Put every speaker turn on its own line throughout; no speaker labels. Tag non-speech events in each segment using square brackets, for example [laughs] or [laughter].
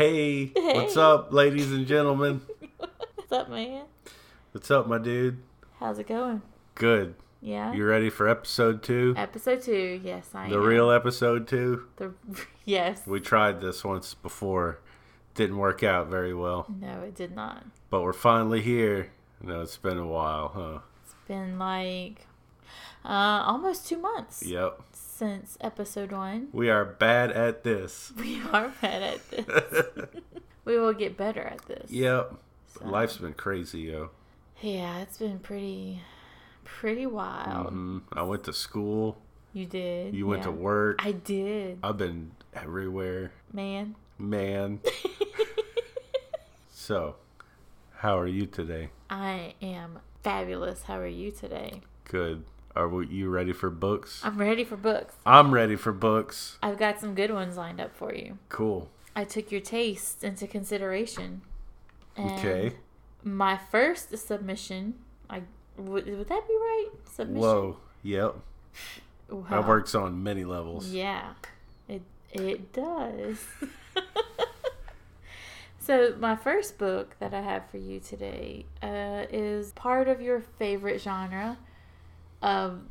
Hey, what's up, ladies and gentlemen?
[laughs] What's up, man?
What's up, my dude?
How's it going?
Good.
Yeah.
You ready for episode two?
Episode two. Yes, I
The
am.
real episode two?
The [laughs] yes.
We tried this once before. Didn't work out very well.
No, it did not.
But we're finally here. I know it's been a while, huh?
It's been like uh, almost two months
Yep.
since episode one. [laughs]
We are bad at this. [laughs]
We are bad at this. we will get better at this.
yep.
So,
Life's been crazy, yo.
Yeah, it's been pretty, pretty wild.
hmm I went to school.
You did.
You went
Oh. yeah.
to work.
I did,
I've been everywhere.
man.
Man. [laughs] so, how are you today?
I am fabulous. How are you today?
Good. Are we, you ready for books?
I'm ready for books.
I'm ready for books.
I've got some good ones lined up for you.
Cool.
I took your taste into consideration. And
Okay.
My first submission, I would, would that be right? Submission.
Whoa. Yep.
Wow.
That works on many levels.
Uh-huh. Yeah, it it does.
[laughs]
so my first book that I have for you today uh, is part of your favorite genre of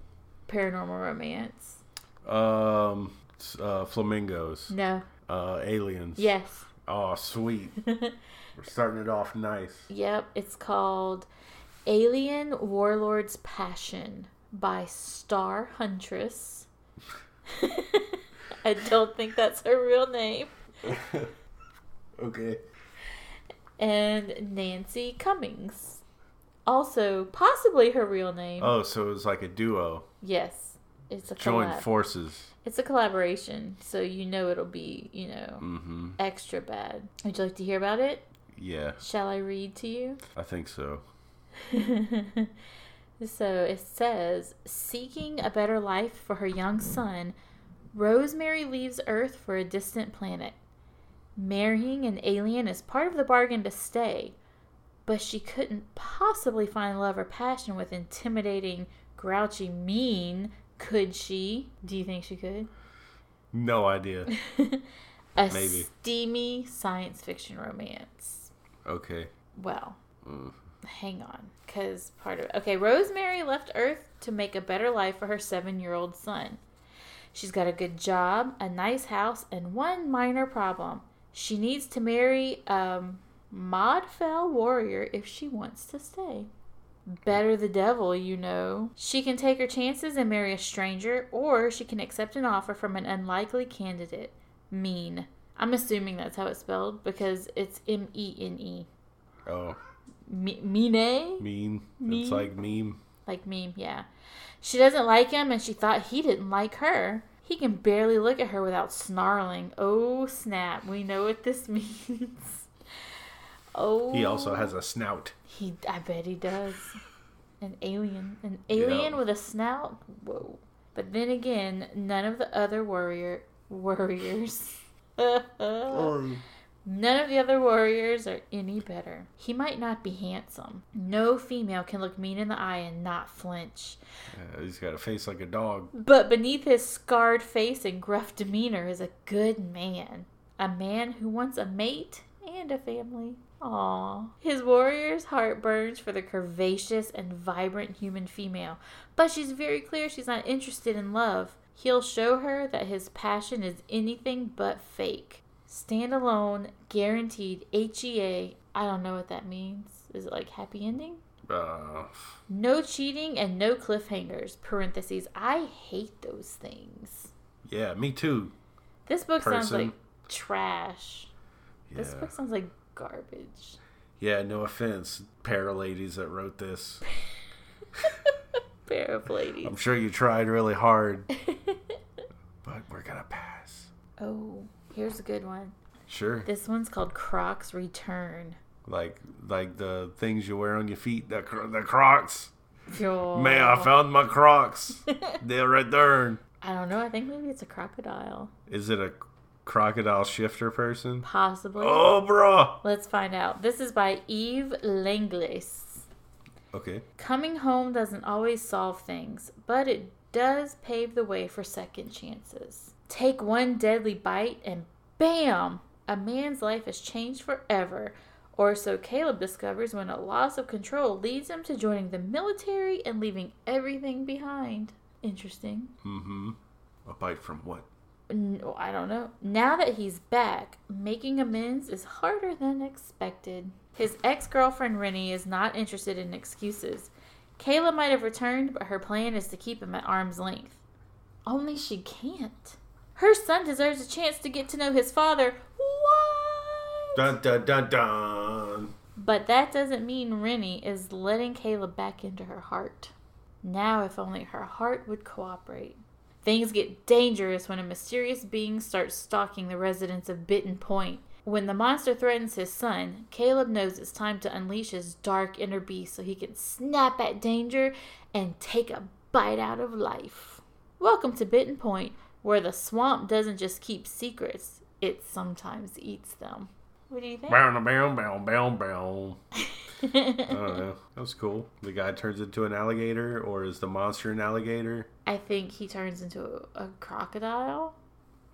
paranormal romance.
Um, s- uh, flamingos.
No.
Uh, aliens.
Yes.
Oh,
[laughs]
sweet. We're starting it off nice. [laughs]
Yep, it's called Alien Warlord's Passion by Star Huntress. [laughs] I don't think that's her real name.
Okay.
And Nancy Cummings. Also, possibly her real name.
Oh, so it was like a duo.
yes. It's a
Joined
collab.
forces.
it's a collaboration, so you know it'll be, you know,
Mm-hmm.
extra bad. Would you like to hear about it?
Yeah,
Shall I read to you?
I think so.
[laughs] so it says seeking a better life for her young son, Rosemary leaves Earth for a distant planet. Marrying an alien is part of the bargain to stay, but she couldn't possibly find love or passion with intimidating, grouchy, mean, could she? Do you think she could?
No
[laughs]
idea.
A
Maybe.
steamy science fiction romance.
Okay. Mm.
Well, hang on, because part of okay, Rosemary left Earth to make a better life for her seven-year-old son. She's got a good job, a nice house, and one minor problem: she needs to marry a Modfell warrior if she wants to stay. Better the devil, you know. She can take her chances and marry a stranger, or she can accept an offer from an unlikely candidate. Mean. I'm assuming that's how it's spelled because it's M E N E.
Oh,
Me- Mine?
meme.
Meme.
It's like meme.
Like meme, yeah. She doesn't like him and she thought he didn't like her. He can barely look at her without snarling. Oh snap, we know what this [laughs] means. Oh
He also has a snout.
He I bet he
[laughs]
does. An alien. An alien
Yeah.
with a snout? Whoa. But then again, none of the other warrior warriors [laughs] None of the other warriors are any better. He might not be handsome. No female can look mean in the eye and not flinch.
Uh, he's got a face like a dog.
But beneath his scarred face and gruff demeanor is a good man. A man who wants a mate and a family. Aw. His warrior's heart burns for the curvaceous and vibrant human female, but she's very clear she's not interested in love. He'll show her that his passion is anything but fake. Standalone, guaranteed HEA. I don't know what that means. Is it like happy ending?
Uh,
No cheating and no cliffhangers. Parentheses. I hate those things.
yeah, me too.
This book sounds
Person.
like trash. This
Yeah.
book sounds like garbage.
Yeah, no offense, para ladies that wrote this.
Pair of ladies.
I'm sure you tried really hard, but we're gonna pass.
oh, here's a good one.
Sure.
This one's called Croc's
[laughs]
Return.
Like like the things you wear on your feet, the cro- the Crocs.
Yo.
Man, I found my Crocs. They'll return.
I don't know. I think maybe it's a crocodile.
Is it a crocodile shifter person?
Possibly.
Oh, bruh.
Let's find out. This is by Eve Langlis.
Okay.
Coming home doesn't always solve things, but it does pave the way for second chances. Take one deadly bite and bam! a man's life is changed forever, or so Caleb discovers when a loss of control leads him to joining the military and leaving everything behind. Interesting.
Mm-hmm. A bite from what?
No, oh, I don't know. Now that he's back, making amends is harder than expected. His ex girlfriend Rennie is not interested in excuses. Kayla might have returned, but her plan is to keep him at arm's length. Only she can't. Her son deserves a chance to get to know his father. What?
Dun dun dun dun.
But that doesn't mean Rennie is letting Caleb back into her heart. Now, if only her heart would cooperate. Things get dangerous when a mysterious being starts stalking the residents of Bitten Point. When the monster threatens his son, Caleb knows it's time to unleash his dark inner beast so he can snap at danger and take a bite out of life. Welcome to Bitten Point, where the swamp doesn't just keep secrets, it sometimes eats them. What do you think?
Bow bow bow bow bow. I don't know. [laughs] That was cool. The guy turns into an alligator, or is the monster an alligator?
I think he turns into a, a crocodile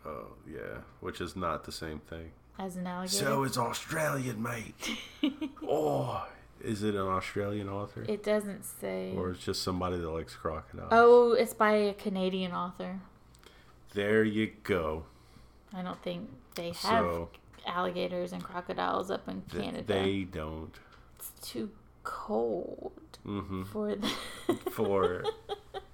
Oh yeah, which is not the same thing.
as an alligator.
So it's Australian, mate. [laughs] oh, is it an Australian author,
it doesn't say.
or it's just somebody that likes crocodiles?
Oh, it's by a Canadian author.
There you go.
I don't think they have
So-
alligators and crocodiles up in
Th-
Canada.
They don't.
It's too cold
hmm
for the [laughs]
[laughs] For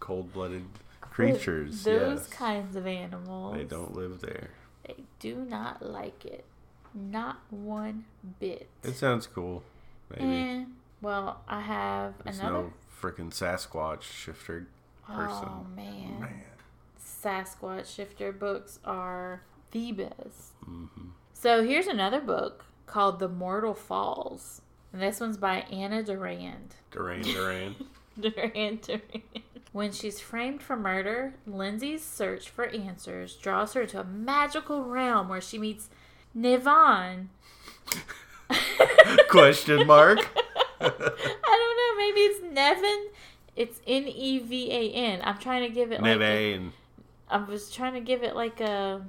cold-blooded creatures,
Those
yes.
kinds of animals.
They don't live there.
They do not like it. Not one bit.
It sounds cool. Maybe
Eh. Well, I have
there's
another.
no freaking Sasquatch shifter person.
oh man.
Man.
Sasquatch shifter books are the best.
hmm
So here's another book called The Mortal Falls. And this one's by Anna Durand.
Duran Duran. [laughs]
Duran Duran. When she's framed for murder, Lindsay's search for answers draws her to a magical realm where she meets [laughs] Nivan.
Question mark. [laughs]
I don't know, maybe it's Nevin. It's N E V A N. I'm trying to give it like a-
Neve and
I was trying to give it like a,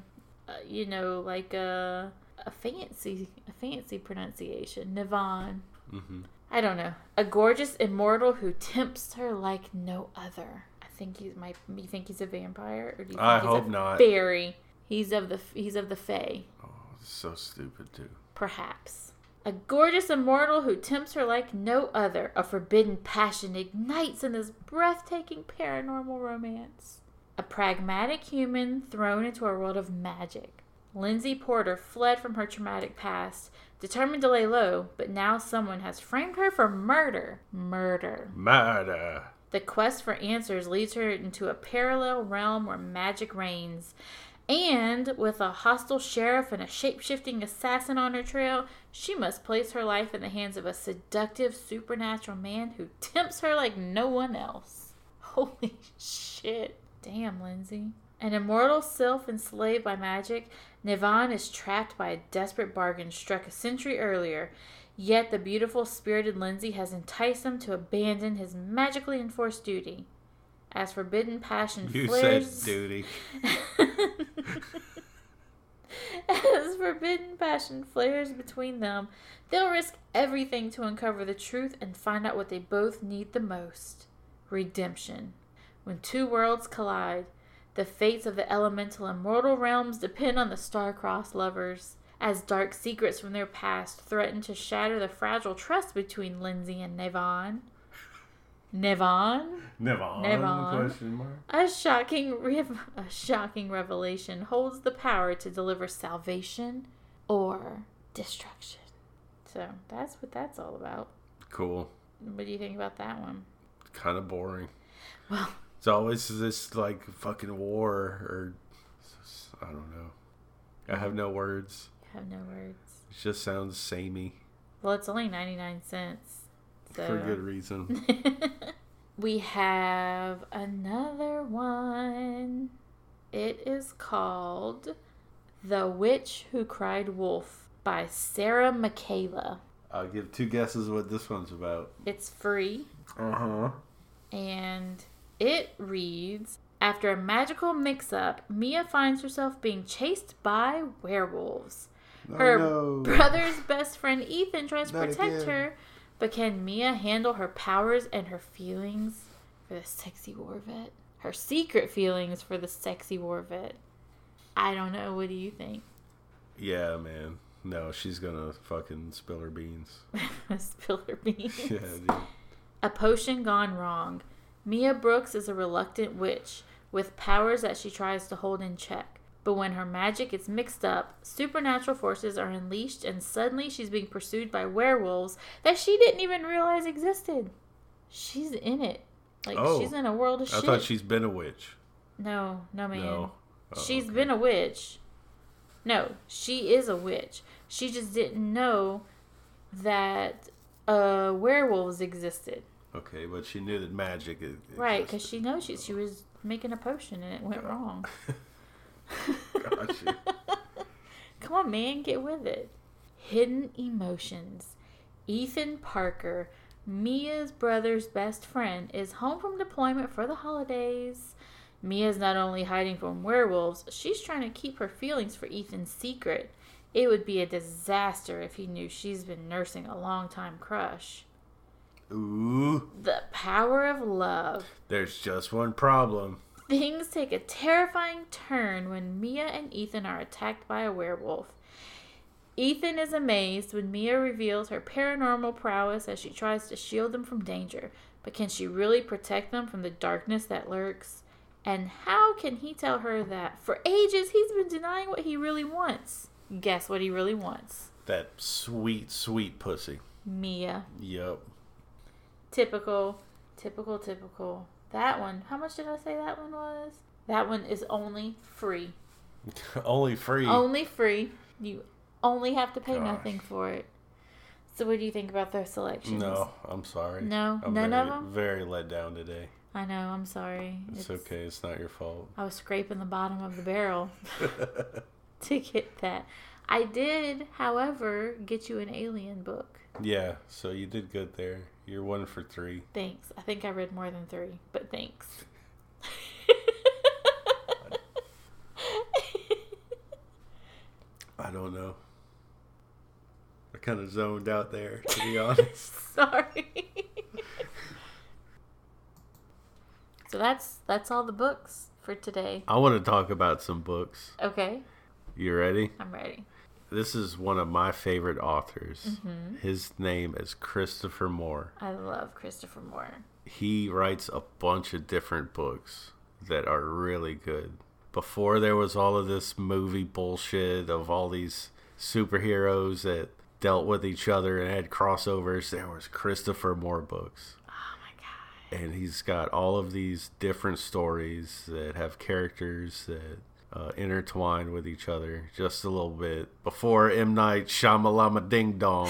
a you know, like a a fancy a fancy pronunciation. Nivan.
hmm
I don't know. A gorgeous immortal who tempts her like no other. I think he's my. You think he's a vampire, or do you think
I
he's
hope
a
not.
fairy? He's of the he's of the fae,
Oh, so stupid too.
perhaps. A gorgeous immortal who tempts her like no other. A forbidden passion ignites in this breathtaking paranormal romance. A pragmatic human thrown into a world of magic. Lindsay Porter fled from her traumatic past, determined to lay low, but now someone has framed her for murder. Murder.
Murder.
The quest for answers leads her into a parallel realm where magic reigns. And with a hostile sheriff and a shape shifting assassin on her trail, she must place her life in the hands of a seductive supernatural man who [laughs] tempts her like no one else. Holy shit. Damn, Lindsay. An immortal self enslaved by magic, Nivan is trapped by a desperate bargain struck a century earlier. Yet the beautiful spirited Lindsay has enticed him to abandon his magically enforced duty. As forbidden passion
You
flares
said duty.
As forbidden passion flares between them, they'll risk everything to uncover the truth and find out what they both need the most redemption. When two worlds collide, the fates of the elemental and mortal realms depend on the star-crossed lovers. As dark secrets from their past threaten to shatter the fragile trust between Lindsay and Nevon. Nevon?
Nevon.
Nevon.
Question mark.
A shocking, rev- a shocking revelation holds the power to deliver salvation or destruction. So that's what that's all about.
Cool.
What do you think about that one?
Kind of boring.
Well,
It's always this like fucking war or I don't know. I have no words.
I have no words.
It just sounds samey
Well, it's only 99 cents. So.
for good reason.
[laughs] we have another one. It is called The Witch Who Cried Wolf by Sarah Michaela.
I'll give two guesses what this one's about.
It's free.
Uh huh.
and it reads After a magical mix up, Mia finds herself being chased by werewolves.
Oh,
Her
no.
brother's best friend Ethan tries to
Not
protect
again.
her, but can Mia handle her powers and her feelings for the sexy war vet? Her secret feelings for the sexy war vet. I don't know. What do you think? [laughs]
Yeah, man. No, she's gonna fucking spill her beans. [laughs]
Spill her beans.
Yeah, dude.
A potion gone wrong. Mia Brooks is a reluctant witch with powers that she tries to hold in check. But when her magic gets mixed up, supernatural forces are unleashed and suddenly she's being pursued by werewolves that she didn't even realize existed. She's in it. Like
Oh.
she's in a world of
I
shit.
thought she's been a witch.
no, no man.
No. Oh,
She's
She's
been a witch. No, she is a witch. She just didn't know that uh, werewolves existed.
Okay, but she knew that magic. e-
Right, because she
existed.
knows she, she was making a potion and it went wrong.
[laughs] Gotcha.
Come on, man, get with it. Hidden emotions. Ethan Parker, Mia's brother's best friend, is home from deployment for the holidays. Mia's not only hiding from werewolves, she's trying to keep her feelings for Ethan secret. It would be a disaster if he knew she's been nursing a long time crush.
Ooh,
The power of love.
there's just one problem.
Things take a terrifying turn when Mia and Ethan are attacked by a werewolf. Ethan is amazed when Mia reveals her paranormal prowess as she tries to shield them from danger. But can she really protect them from the darkness that lurks? And how can he tell her that for ages he's been denying what he really wants? Guess what he really wants?
That sweet, sweet pussy.
Mia.
Yep.
Typical, typical, typical. That one, how much did I say that one was? That one is only free.
[laughs] Only free.
only free. You only have to pay
Gosh.
nothing for it. So, what do you think about their selections?
no, I'm sorry.
No,
I'm
none
very,
of 'em?
Very let down today.
I know. I'm sorry.
It's, okay. It's not your fault. [laughs]
I was scraping the bottom of the barrel [laughs] to get that. I did, however, get you an alien book.
yeah. So you did good there. You're one for three.
Thanks. I think I read more than three, but thanks. [laughs]
I don't know. I kind of zoned out there, to be [laughs] honest.
Sorry. [laughs] so that's that's all the books for today.
I want to talk about some books.
Okay,
You ready?
I'm ready.
This is one of my favorite authors. His name is Christopher Moore.
I love Christopher Moore.
He writes a bunch of different books that are really good. Before there was all of this movie bullshit of all these superheroes that dealt with each other and had crossovers, there was Christopher Moore books.
Oh my god.
and he's got all of these different stories that have characters that uh, intertwine with each other just a little bit. Before M Night Shyamalama Ding Dong,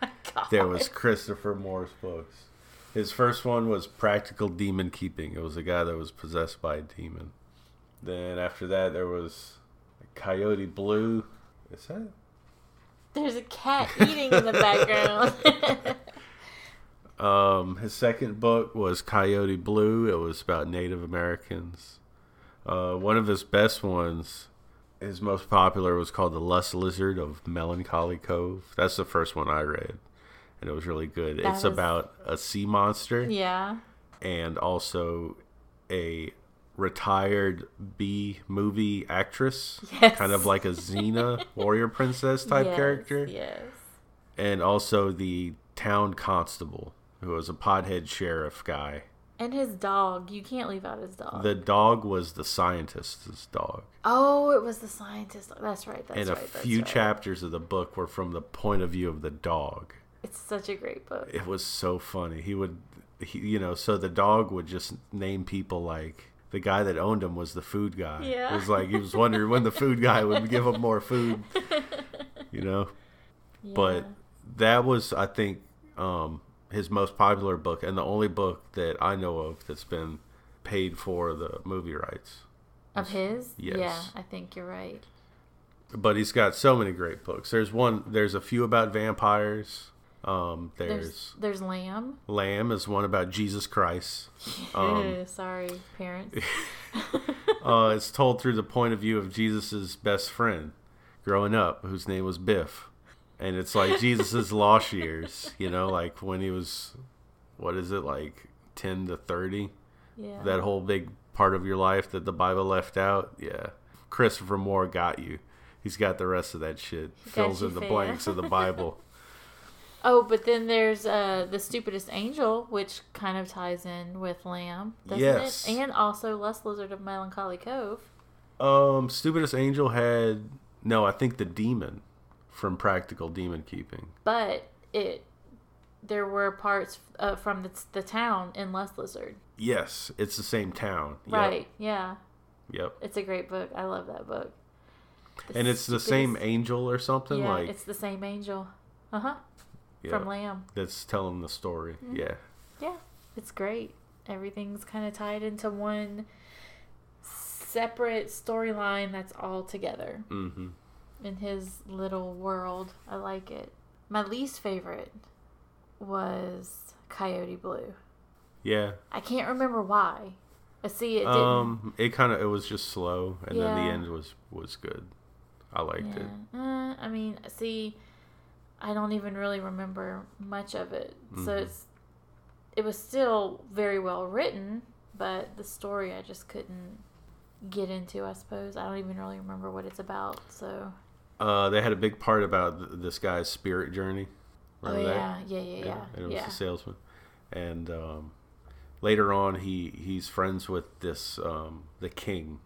God.
there
[laughs]
was Christopher Moore's books. His first one was Practical Demon Keeping. It was a guy that was possessed by a demon. Then after that, there was Coyote Blue. Is that?
There's a cat eating in the background. [laughs]
Um, his second book was Coyote Blue. It was about Native Americans. Uh, one of his best ones, his most popular, was called The Lust Lizard of Melancholy Cove. That's the first one I read, and it was really good.
That
it's
was-
about a sea monster
yeah.
and also a retired B movie actress,
Yes.
kind of like a
[laughs]
Xena warrior princess type
Yes,
character
Yes.
and also the town constable who was a pothead sheriff guy.
And his dog. You can't leave out his dog.
The dog was the scientist's dog.
oh, it was the scientist. That's right. That's
and a
right. that's
few
right.
chapters of the book were from the point of view of the dog.
It's such a great book.
It was so funny. He would he, you know, so the dog would just name people like the guy that owned him was the food guy.
Yeah.
It was like he was wondering when the
[laughs]
food guy would give him more food, you know. but
Yeah.
that was i think um his most popular book and the only book that i know of that's been paid for the movie rights
of his? Yeah,
Yes.
I think you're right.
but he's got so many great books there's one there's a few about vampires um there's,
There's there's Lamb.
lamb is one about jesus
[laughs]
christ Um,
Ew, sorry,
[laughs]
parents.
uh it's told through the point of view of jesus's best friend growing up whose name was Biff. And it's
[laughs]
like Jesus's lost years, you know, like when he was, what is it, like 10 to 30?
Yeah.
That whole big part of your life that the Bible left out. Yeah. Christopher Moore got you. He's got the rest of that shit. Fills
you
in the
fair.
blanks of the
[laughs]
Bible.
Oh, but then there's uh the stupidest angel, which kind of ties in with Lamb, doesn't
Yes.
it? And also Lust Lizard of Melancholy Cove.
Um, Stupidest Angel had no, I think the demon from Practical Demon Keeping.
But it there were parts uh, from the, the town in Lust Lizard.
Yes, it's the same town. Yep,
Right. Yeah.
Yep.
It's a great book. I love that book. The
And it's the same
stupidest-
angel or something
Yeah,
like
it's the same angel. Uh huh.
yeah,
From Mm-hmm. Lamb.
that's telling the story. Yeah.
Yeah, it's great. Everything's kind of tied into one separate storyline that's all together
Mm-hmm.
in his little world. I like it. My least favorite was Coyote Blue.
Yeah.
I can't remember why. I see it didn't.
Um, it kind of it was just slow, and then
Yeah.
the end was was good. I liked it.
Yeah. Uh, I mean, see, I don't even really remember much of it. So
Mhm.
it's it was still very well written, but the story I just couldn't get into. I suppose I don't even really remember what it's about. So
Uh, they had a big part about th- this guy's spirit journey. Remember
oh
that?
yeah, yeah, yeah, yeah,
and it was
yeah.
the salesman. And um, later on, he he's friends with this um, the king,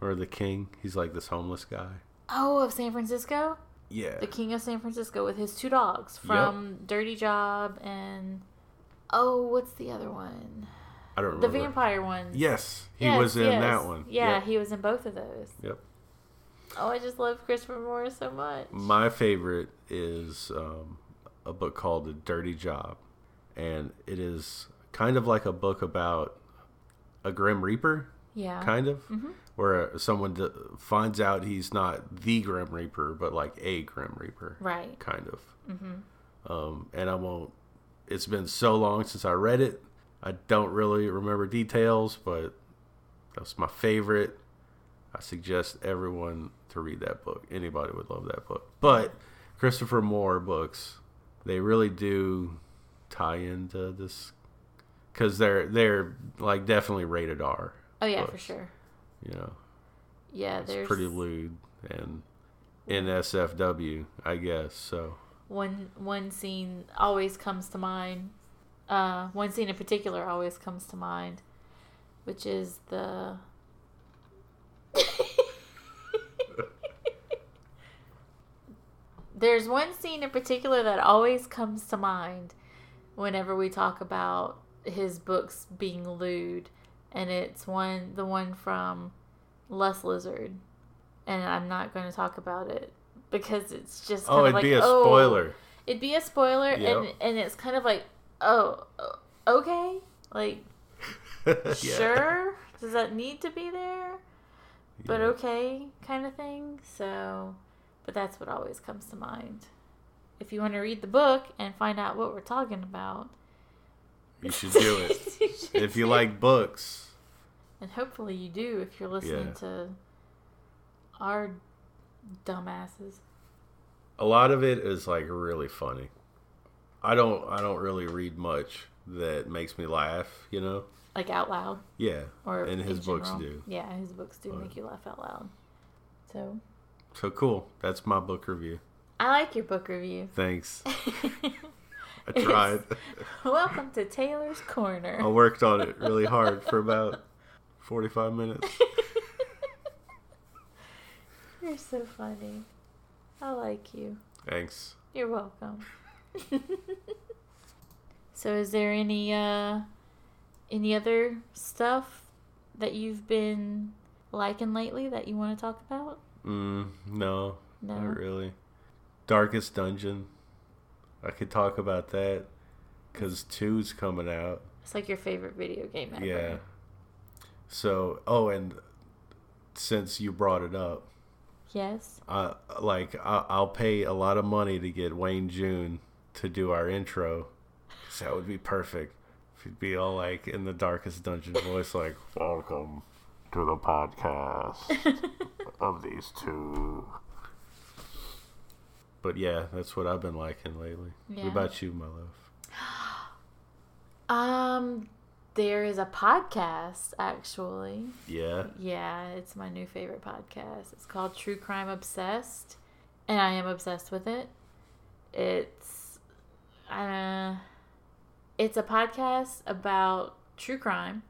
or the king. He's like this homeless guy.
Oh, of San Francisco,
Yeah,
the king of San Francisco with his two dogs from Dirty Job and oh, what's the other one?
I don't
The
remember.
vampire one.
Yes, he
Yes,
was in
yes.
that one.
Yeah,
Yep.
he was in both of those.
yep.
Oh, I just love Christopher Moore so much.
My favorite is um, a book called The Dirty Job, and it is kind of like a book about a grim reaper,
Yeah.
kind of,
Mm-hmm.
where someone d- finds out he's not the grim reaper, but like a grim reaper.
Right. Mm-hmm.
kind of. Um, and I won't. It's been so long since I read it. I don't really remember details, but that's my favorite. I suggest everyone to read that book. Anybody would love that book. But Christopher Moore books, they really do tie into this because they're they're like definitely rated R.
Oh yeah, for
books.
sure.
You know,
Yeah,
it's
there's
pretty lewd and NSFW, I guess. So
one one scene always comes to mind. Uh, one scene in particular always comes to mind, which is the. [laughs] There's one scene in particular that always comes to mind whenever we talk about his books being lewd, and it's one the one from Les Lizard, and I'm not going to talk about it because it's just kind
oh,
of
it'd
like,
be a
"Oh,
spoiler.
it'd be a spoiler and
Yep.
and it's kind of like oh o- okay like
[laughs] Yeah.
sure does that need to be there but
Yeah.
okay kind of thing so but that's what always comes to mind if you want to read the book and find out what we're talking about
You should do it.
you should
if you
do-
like books,
[laughs] and hopefully you do if you're listening
Yeah.
to our dumbasses
a lot of it is like really funny. I don't I don't really read much that makes me laugh, you know?
like out loud
Yeah.
or
and his
in
books
general.
do.
yeah his books do
But-
make you laugh out loud so
So cool. That's my book review.
I like your book review.
Thanks.
[laughs]
I tried.
Welcome to Taylor's Corner.
I worked on it Oh, really hard for about 45 minutes.
[laughs] You're so funny. I like you.
Thanks.
You're welcome. [laughs] so is there any uh any other stuff that you've been liking lately that you want to talk about?
Mm, no,
No.
not really. Darkest Dungeon. I could talk about that cuz 2's coming out.
It's like your favorite video game ever.
Yeah. So, oh, and since you brought it up,
Yes.
I like I, I'll pay a lot of money to get Wayne June to do our intro, 'cause that would be perfect. If he'd be all like in the darkest dungeon voice, like "Welcome to the podcast of these two But yeah, that's what I've been liking lately.
Yeah.
What about you, my love?
Um, there is a podcast actually. [laughs]
Yeah.
Yeah, it's my new favorite podcast. It's called True Crime Obsessed, and I am obsessed with it. It's uh it's a podcast about true crime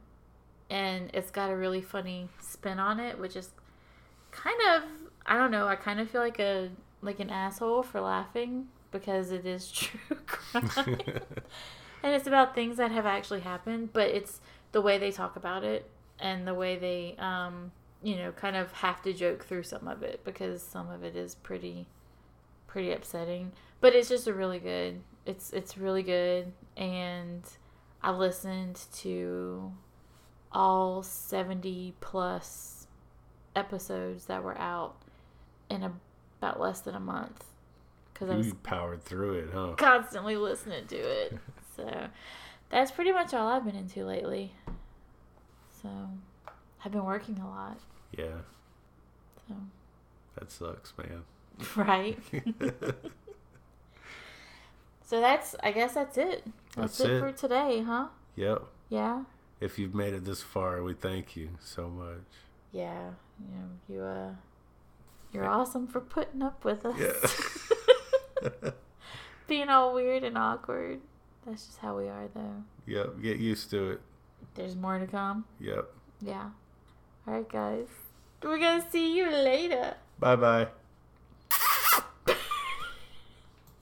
and it's got a really funny spin on it, which is kind of I don't know, I kind of feel like a like an asshole for laughing because it is [laughs] true crime. and it's about things that have actually happened but it's the way they talk about it and the way they um you know kind of have to joke through some of it because some of it is pretty pretty upsetting but it's just a really good it's it's really good and i listened to all 70 plus episodes that were out in about less than a month because i was
[laughs] you powered through it, huh?
constantly listening to
[laughs]
it. So that's pretty much all I've been into lately. So I've been working a lot.
Yeah.
So [laughs]
That sucks, man. [laughs]
right. So that's I guess that's it. That's,
That's
it,
it.
for today, huh?
yep.
Yeah.
If you've made it this far, we thank you so much.
Yeah. You know, you uh you're awesome for putting up with us. Being all weird and awkward. That's just how we are though.
[laughs] Yep. Get used to it.
There's more to come.
Yep.
Yeah. All right, guys. We're going to see you later.
Bye bye.